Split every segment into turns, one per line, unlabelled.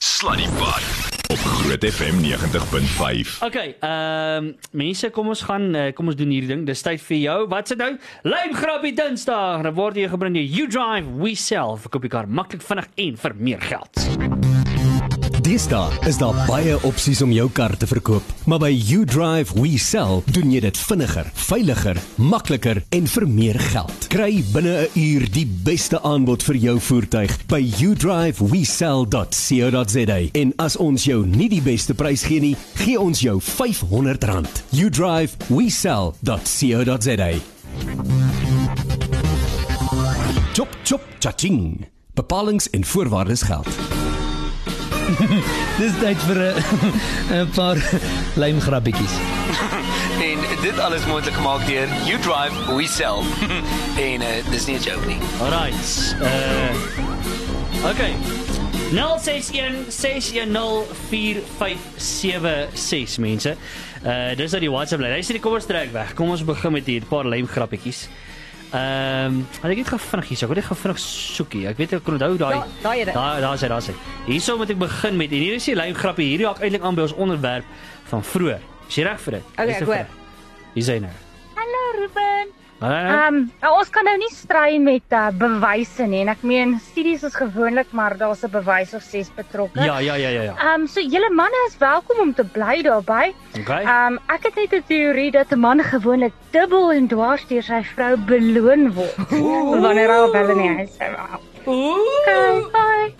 Sluddy Park op Groot FM 90.5.
Okay, ehm mense, kom ons gaan eh, kom ons doen hierdie ding. Dis tyd vir jou. Wat se nou? Lyn grappie Dinsdag. Dan word jy gebring deur You Drive We Sell. Verkoop jou kar maklik, vinnig en vir meer geld.
Deesdae is daar baie opsies om jou kar te verkoop, maar by YouDrive We Sell doen jy dit vinniger, veiliger, makliker en vir meer geld. Kry binne 'n uur die beste aanbod vir jou voertuig by youdrivewesell.co.za. En as ons jou nie die beste prys gee nie, gee ons jou R500. youdrivewesell.co.za. Chop chop chaching. Bepalings en voorwaardes geld.
Dis tyd vir 'n 'n paar lymgrappietjies.
En dit alles moontlik gemaak deur You Drive We Sell. en uh, dis nie 'n joke nie.
Alright. Uh Okay. 0616104576 mense. Uh dis uit die WhatsApp lyn. Hy sê die kom ons trek weg. Kom ons begin met hier 'n paar lym grappietjies. Ehm, um, ek het gefvinnig hier, so ek wil net gefvinnig soekie. Ek weet ek kon onthou daai
Ja, daai het ek.
Daar daar sê daar sê. Hierso moet ek begin met en hier is die lym grappie. Hierdie raak eintlik aan by ons onderwerp van vroeër. Is jy reg vir dit?
Okay, ek hoor.
Hier sê nou.
Hallo Ruben.
Hallo.
Ehm um, nou, ons kan nou nie stry met uh, bewyse nie en ek meen studies is gewoonlik maar daar's 'n bewys of ses betrokke.
Ja, ja, ja, ja, ja.
Ehm um, so julle manne is welkom om te bly daarbey.
Okay.
Ehm um, ek het net 'n teorie dat 'n man gewoonlik dubbel en dwars deur sy vrou beloon word wanneer hy op hulle nie huis is.
Ooh,
Okay, bye.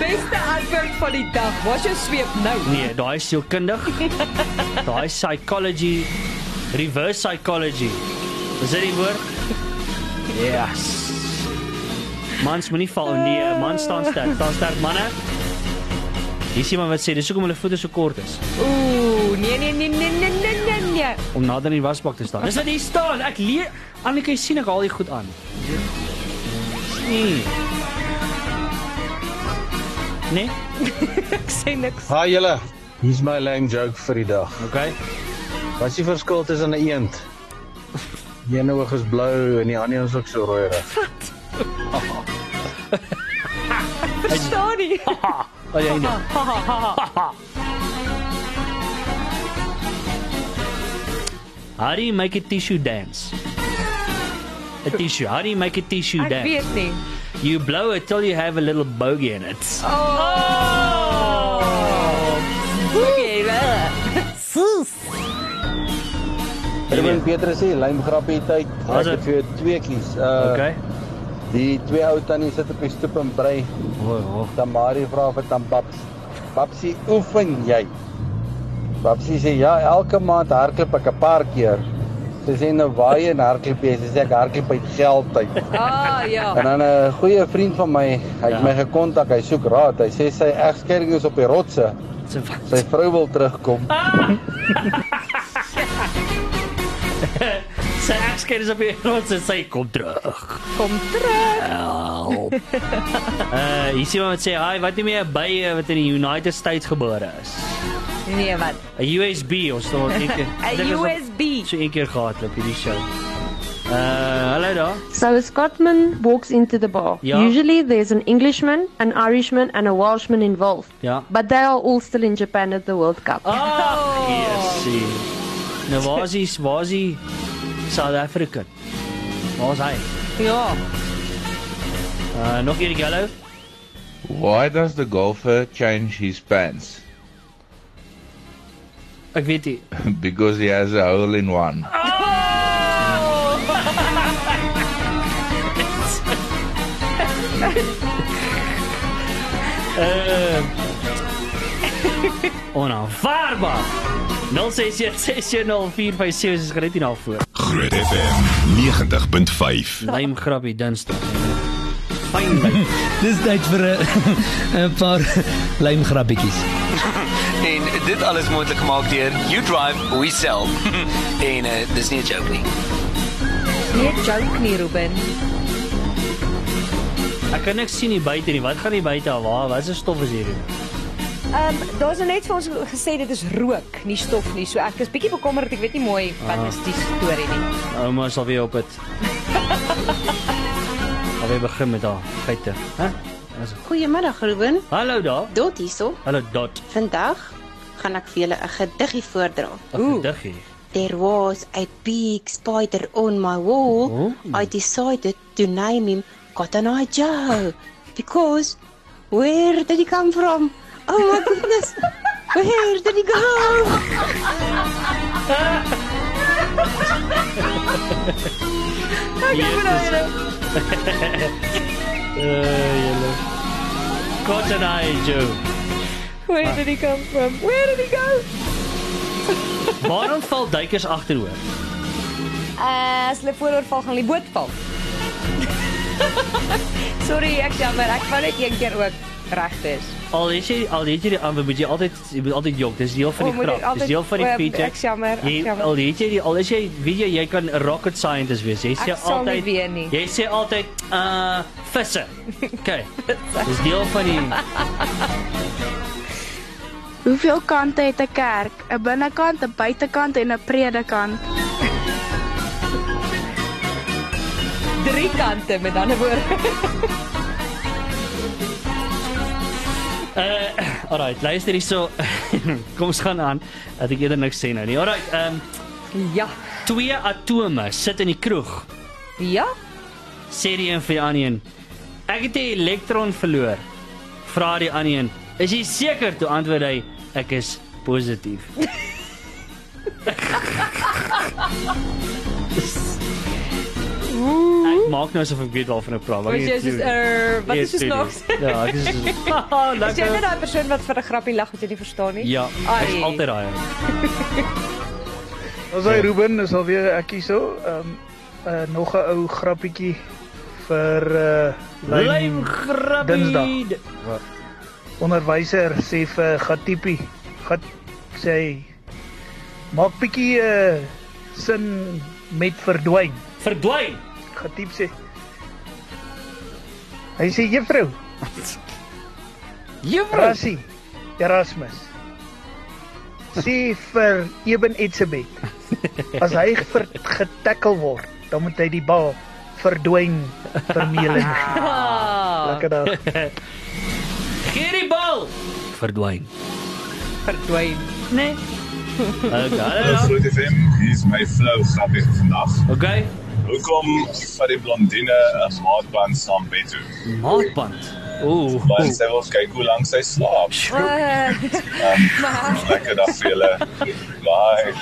beste antwoord van die dag. Wat jou sweep nou?
Nee, daai is sielkundig. daai is psychology, reverse psychology. Is dit die woord? Yes. Mans moenie val nie, man staan sterk, staan sterk manne. Hier sien maar wat sê, dis hoekom hulle voete so kort is
Ooh, nee nee nee nee nee nee nee. nee.
om nader in die wasbak te staan. Dis wat hier staan. Ek leer Annelie jy sien ek haal dit goed aan. Nee. Nee,
Ek sê niks.
Hi julle. Hier's my lame joke vir die dag.
okay.
Wat is die verskil tussen 'n eend? Die een oog is blou en die ander een is ook so rooierig.
Verstaan nie.
Oh, jy nou. How do you make a tissue dance? A tissue. How do you make a tissue
Ek
dance?
weet nie.
You blow it till you have a little bogey in it.
Oh. Ooh, jy wel.
Ruben Petrus sê lame grappie tyd.
Ek het
vir jou twee kies. Uh
Okay.
Die twee ou tannie sit op die stoep en brei.
Oh, oh.
Tamari vra vir Tampaps. Papsie, oefen jy? Papsie sê ja, elke maand hardloop ek 'n paar keer. Sy sê nou waarheen en hardloop jy? Sy sê ek hardloop uit geldtyd.
Ah ja.
En dan 'n goeie vriend van my, hy het
Ja.
ja. my gekontak, hy soek raad. Hy sê sy egskeiding is op die rotse.
Dis 'n fak.
Sy vrou wil terugkom.
Sy ekskers is op die grond en sy kom terug.
Kom terug.
Help. uh, hier sien iemand sê, "Hi, wat noem jy 'n by eh, wat in die United States gebore is?"
Nee, wat?
'n USB ons staan ek.
'n USB.
So een keer gehad op hierdie show. Uh, hallo daar.
So a Scotsman walks into the bar.
Ja.
Usually there's an Englishman, an Irishman and a Welshman involved.
Ja.
But they are all still in Japan at the World Cup.
Ah, yesie. Nou waar's hy? Waar's hy? South African. Waar's hy?
Ja.
Uh, nog hierdie gallo.
Why does the golfer change his pants?
Ek weet nie.
because he has a hole in one.
Uh, Onaanvaarbaar. 0616104576 is gered hier na voor.
Groot FM 90.5.
Lym grappie Dinsdag. Fyn lym.
Dis tyd vir 'n 'n paar lymgrappietjies.
En dit alles moontlik gemaak deur You Drive We Sell. en uh, dis nie 'n joke nie.
Nee, joke nie, Ruben.
Ek kan niks sien hier buite nie. Wat gaan hier buite aan? Waar? Wat is stof is hier?
Ehm um, daar's nou net vir ons gesê dit is rook, nie stof nie. So ek is bietjie bekommerd. Ek weet nie mooi wat is die storie nie.
Ouma is alweer op dit. alweer begin met haar feite, hè? Dis-
Goeiemiddag Ruben.
Hallo daar.
Dot hierso.
Hallo Dot.
Vandag gaan ek vir julle 'n gediggie voordra.
Ag, diggie.
There was a big spider on my wall. I decided to name him Cotton Eye Joe because where did he come from? Oh my goodness. Where did he go?
Ek het nou julle.
Eh, julle. Cotton Eye Joe.
Where did he come from? Where did he go?
Waarom val duikers agteroor?
Uh, as hulle vooroorval gaan die boot val. Sorry, ek jammer. Ek wou net een keer ook reg wees.
Al is jy al het jy die antwoord moet jy altyd jy moet altyd jok. Dis deel van
O,
die
Oh, moet ek
grap. Dis
altyd-
deel van die
o,
feature.
ek jammer, ek
Jy-
jammer.
Al het jy die, al is jy weet jy jy kan 'n rocket scientist wees. Jy sê
Ek sal nie
altyd
weet nie.
Jy sê altyd uh visse. Okay. Dis deel van die
Hoeveel kante het 'n kerk? 'n Binnekant, 'n buitekant en 'n predikant.
Drie kante met ander woorde.
Uh, alright, luister hierso. Kom ons gaan aan. Dat ek eerder niks sê nou nie. Alright, ehm
um, ja.
Twee atome sit in die kroeg.
Ja.
Sê die een vir die ander een. Ek het 'n elektron verloor. Vra die ander een. Is jy seker? Toe antwoord hy, ek is positief. Ek maak nou asof ek weet waarvan ek praat. maar nee, ek
Wat jy
weet
soos
nie.
er, wat
Ek
is soos
weet nie.
nog?
Ja, ek is soos
Is jy net daai persoon wat vir 'n grappie lag wat jy nie verstaan nie?
Ja, ek is
Ai.
altyd daai. een.
Ons hy Ruben is alweer ek hierso. Ehm um, uh, nog 'n ou grappietjie vir uh
Lym grappie.
Dinsdag. Onderwyser sê vir Gatipi, Gat sê hy, maak bietjie uh sin met verdwyn.
Verdwyn.
Gatip sê Hy sê juffrou.
juffrou
Rassie Erasmus. Sê vir Eben Etzebeth as hy ver- getackle word, dan moet hy die bal verdwyn vermeling. Lekker dag.
Gee die bal. Verdwyn.
Verdwyn.
Nee. Okay, hallo.
Groot FM, hier is my flow grappie vir vandag.
Okay.
Hoekom vat die blondine 'n maatband saam bed toe?
Maatband. Ooh.
Want sy wil kyk hoe lank sy slaap.
Maar
Lekker dag vir julle. Bye.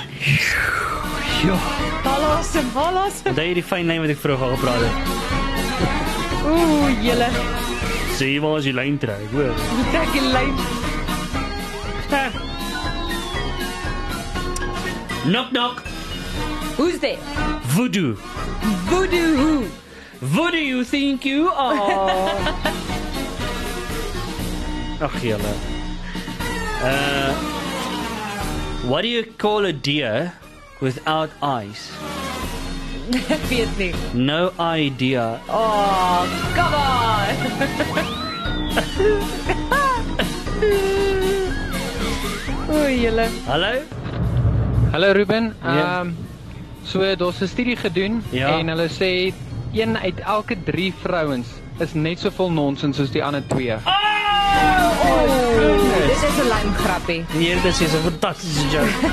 Ja.
Hallas, hallas.
Daai hierdie fyn lyn wat ek vroeër al gepraat het.
Ooh, julle.
Sê jy waar as jy lyn trek, hoor.
Moet ek die lyn.
Knock knock.
Who's there?
Voodoo.
Voodoo who?
Voodoo you think you are. Ag julle. Uh What do you call a deer without eyes?
Ek weet nie.
No idea.
Oh, come on. Ooh, julle.
Hallo?
Hallo Ruben.
Nee.
Ehm
Ja.
so daar's 'n studie gedoen
Ja.
en hulle sê een uit elke 3 vrouens is net so vol nonsens soos die ander twee.
Ooh, dit is 'n lang grappie.
Nee, dit is 'n fantastiese joke.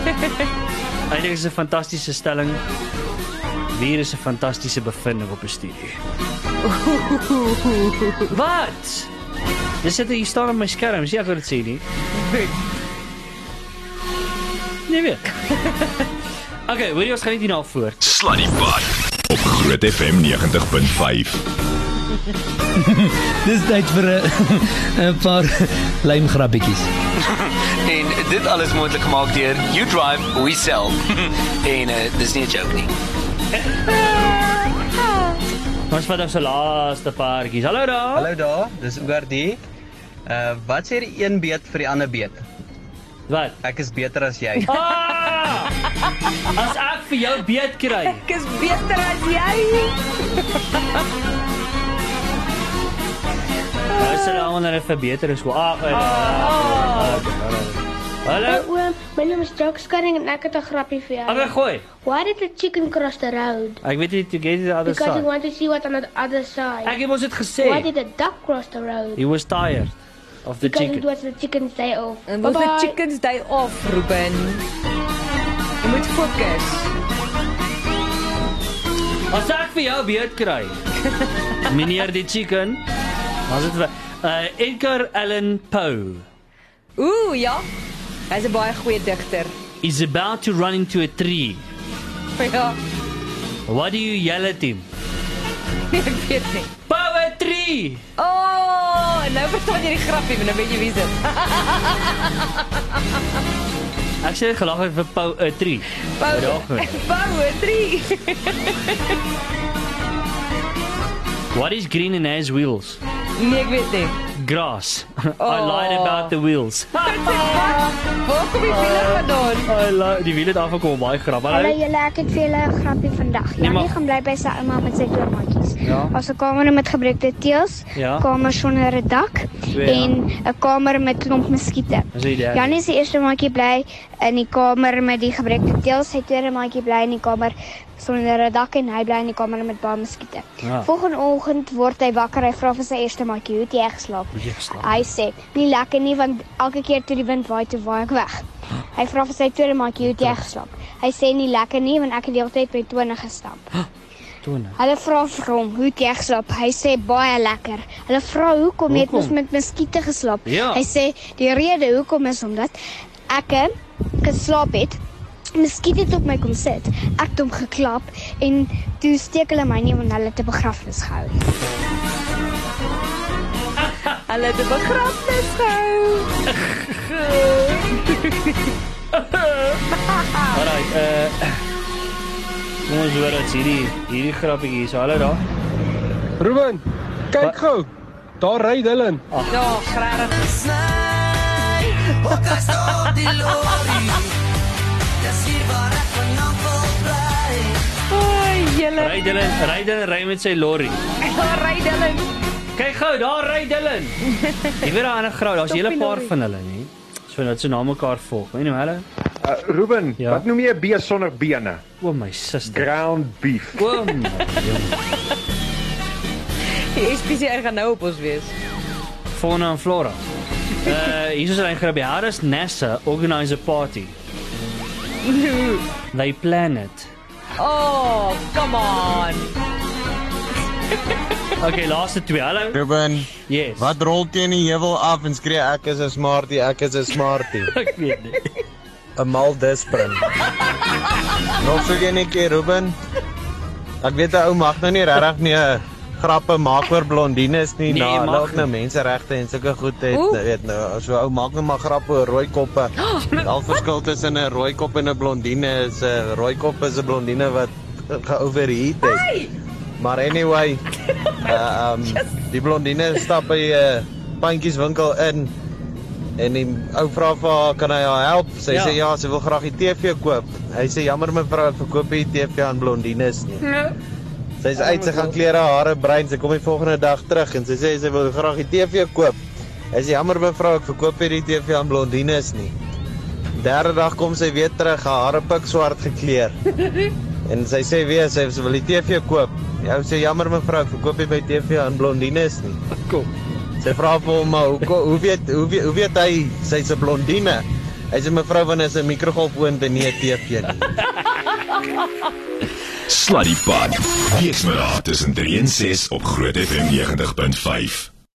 Eintlik is 'n fantastiese stelling. Hier is 'n fantastiese bevinding op 'n studie. Wat? Dis dit hier staan op my skerm, sien ek wat dit sê nie. Nee weer. okay, hoor jy ons gaan net hierna voort.
Slat die pad op Groot FM 90.5.
Dis tyd vir 'n 'n paar lymgrappietjies.
en dit alles moontlik gemaak deur You Drive We Sell. en uh, dis nie 'n joke nie.
Ons vat ons laaste paartjies. Hallo daar.
Hallo daar, dis Oordie. Uh wat sê die een beet vir die ander beet?
Wat?
Ek is beter as jy.
Ah! As ek vir jou beet kry.
Ek is beter as jy.
Nou sit hulle almal net verbeter is. Ag. eh,
Ah.
Hallo.
Oom,
My naam is Jock Scanning en ek het 'n grappie vir jou.
Aga gooi.
Why did the chicken cross the road?
Ek weet nie to get to the other
Because he
side.
wanted to see what on the other side.
Ek het mos dit gesê.
Why did the duck cross the road?
He was tired of the
Because it
chicken.
was the chicken's day off.
En was
Bye-bye.
dit Chickens Day off, Ruben. Jy moet fokus.
As ek vir jou beurt kry. Meneer die chicken. Was dit wa- uh, Edgar Allan Poe
Ooh, ja. Hy's 'n baie goeie digter.
is about to run into a tree.
Ja,
What do you yell at him?
ek weet nie.
Poetry.
O, oh, nou verstaan jy die grappie, maar nou weet jy wie dit is.
Ek sê dit gelag het vir poetry.
Poetry. Poetry.
What is green and has wheels?
Nee, ek weet nie.
Grass. I lied about the wheels.
Oh.
Waar kom die wiele vandaan?
I lied. Die wiele het afgekom baie grap.
Hallo
Hallo.
julle, ek het vir julle 'n grappie vandag.
Nee,
Janie
maar-
gaan bly by sy ouma met sy kleermaatjies.
Ja.
Daar's 'n kamer met gebreekte teëls,
Ja.
kamer sonder 'n dak Twee, ja. en 'n kamer met klomp muskiete.
Dis die derde.
Janie se eerste maatjie bly in die kamer met die gebreekte teëls, sy tweede maatjie bly in die kamer sonder 'n dak en hy bly in die kamer met baie muskiete.
Ja.
Volgende oggend word hy wakker, hy vra vir sy eerste maatjie, "Hoe het jy geslaap?" Hy sê, "Nie lekker nie want elke keer toe die wind waai, toe waai ek weg." Hy vra vir sy tweede maatjie, "Hoe het jy geslaap?" Hy sê nie lekker nie want ek het die hele tyd met tone gestap.
Tone.
Hulle vra vir hom, "Hoe het jy geslaap?" Hy sê baie lekker. Hulle vra, "Hoekom jy het mos
Hoekom?
met muskiete geslaap?"
Ja.
Hy sê, "Die rede hoekom is omdat ek eh, geslaap het." Miskien het op my kom sit. Ek het hom geklap en toe steek hulle my nie want hulle het 'n begrafnis gehou.
Hulle het 'n begrafnis gehou.
Alraai, eh Kom ons hoor wat hierdie hierdie grappietjie is. Hallo daar.
Ruben, kyk gou. Daar ry Dylan.
Ja, graag.
Sny, ook as op die lorry. Dis hier waar ek vanaand wil bly.
Oei, julle.
Ry Dylan, ry Dylan, ry met sy lorry.
Ry Dylan.
Kyk gou, daar ry Dylan. Jy weet daar 'n ander grou, daar's 'n hele paar van hulle, nê. So dat se na mekaar volg. Weet jy nou hulle?
Uh, Ruben,
Ja.
wat noem jy 'n bees sonder bene?
O my suster.
Ground beef.
O my.
Die SPCR gaan nou op ons wees.
Fauna en flora. Uh, hier is 'n klein grapie. How does NASA organize a party? They plan it.
Oh, come on.
Okay, laaste twee. Hallo.
Ruben.
Yes.
Wat rol teen die heuwel af en skree ek is 'n smartie, ek is 'n smartie.
ek weet nie.
'n Mal dispring. Nog so geen keer Ruben. Ek weet 'n ou mag nou nie regtig nie 'n grappe maak oor blondines nie.
Nee,
Nee,
mag
nou, loop nou
nie.
menseregte en sulke goed het,
Oeh.
nou, weet nou, so ou maak nou maar grappe oor rooi koppe. Al verskil tussen 'n rooi kop en 'n blondine is 'n rooi kop is 'n blondine wat geoverheat het. Hey! Maar anyway, uh, um, die blondine stap by 'n uh, pandjieswinkel in en die ou vra vir haar kan hy haar help? Sy
Ja.
sê ja, sy wil graag die TV koop. Hy sê jammer mevrou, ek verkoop nie die TV aan blondines nie. Sy is uit, sy gaan klere, hare, brein. Sy kom die volgende dag terug en sy sê sy wil graag die TV koop. Hy sê jammer mevrou, ek verkoop hierdie TV aan blondines nie. Derde dag kom sy weer terug, haar hare pik swart gekleur. En sy sê weer sy sy wil die TV koop. Jy sê jammer mevrou, ek verkoop nie by TV aan blondines nie. Kom. Sy vra vir hom maar hoe hoe weet hoe weet, hoe weet hy sy's 'n blondine? Hy sê mevrou wanneer sy 'n mikrogolfoond en nie 'n TV nie.
Sluddy Pod. Weesmiddag tussen 3 en 6 op Groot FM 90.5.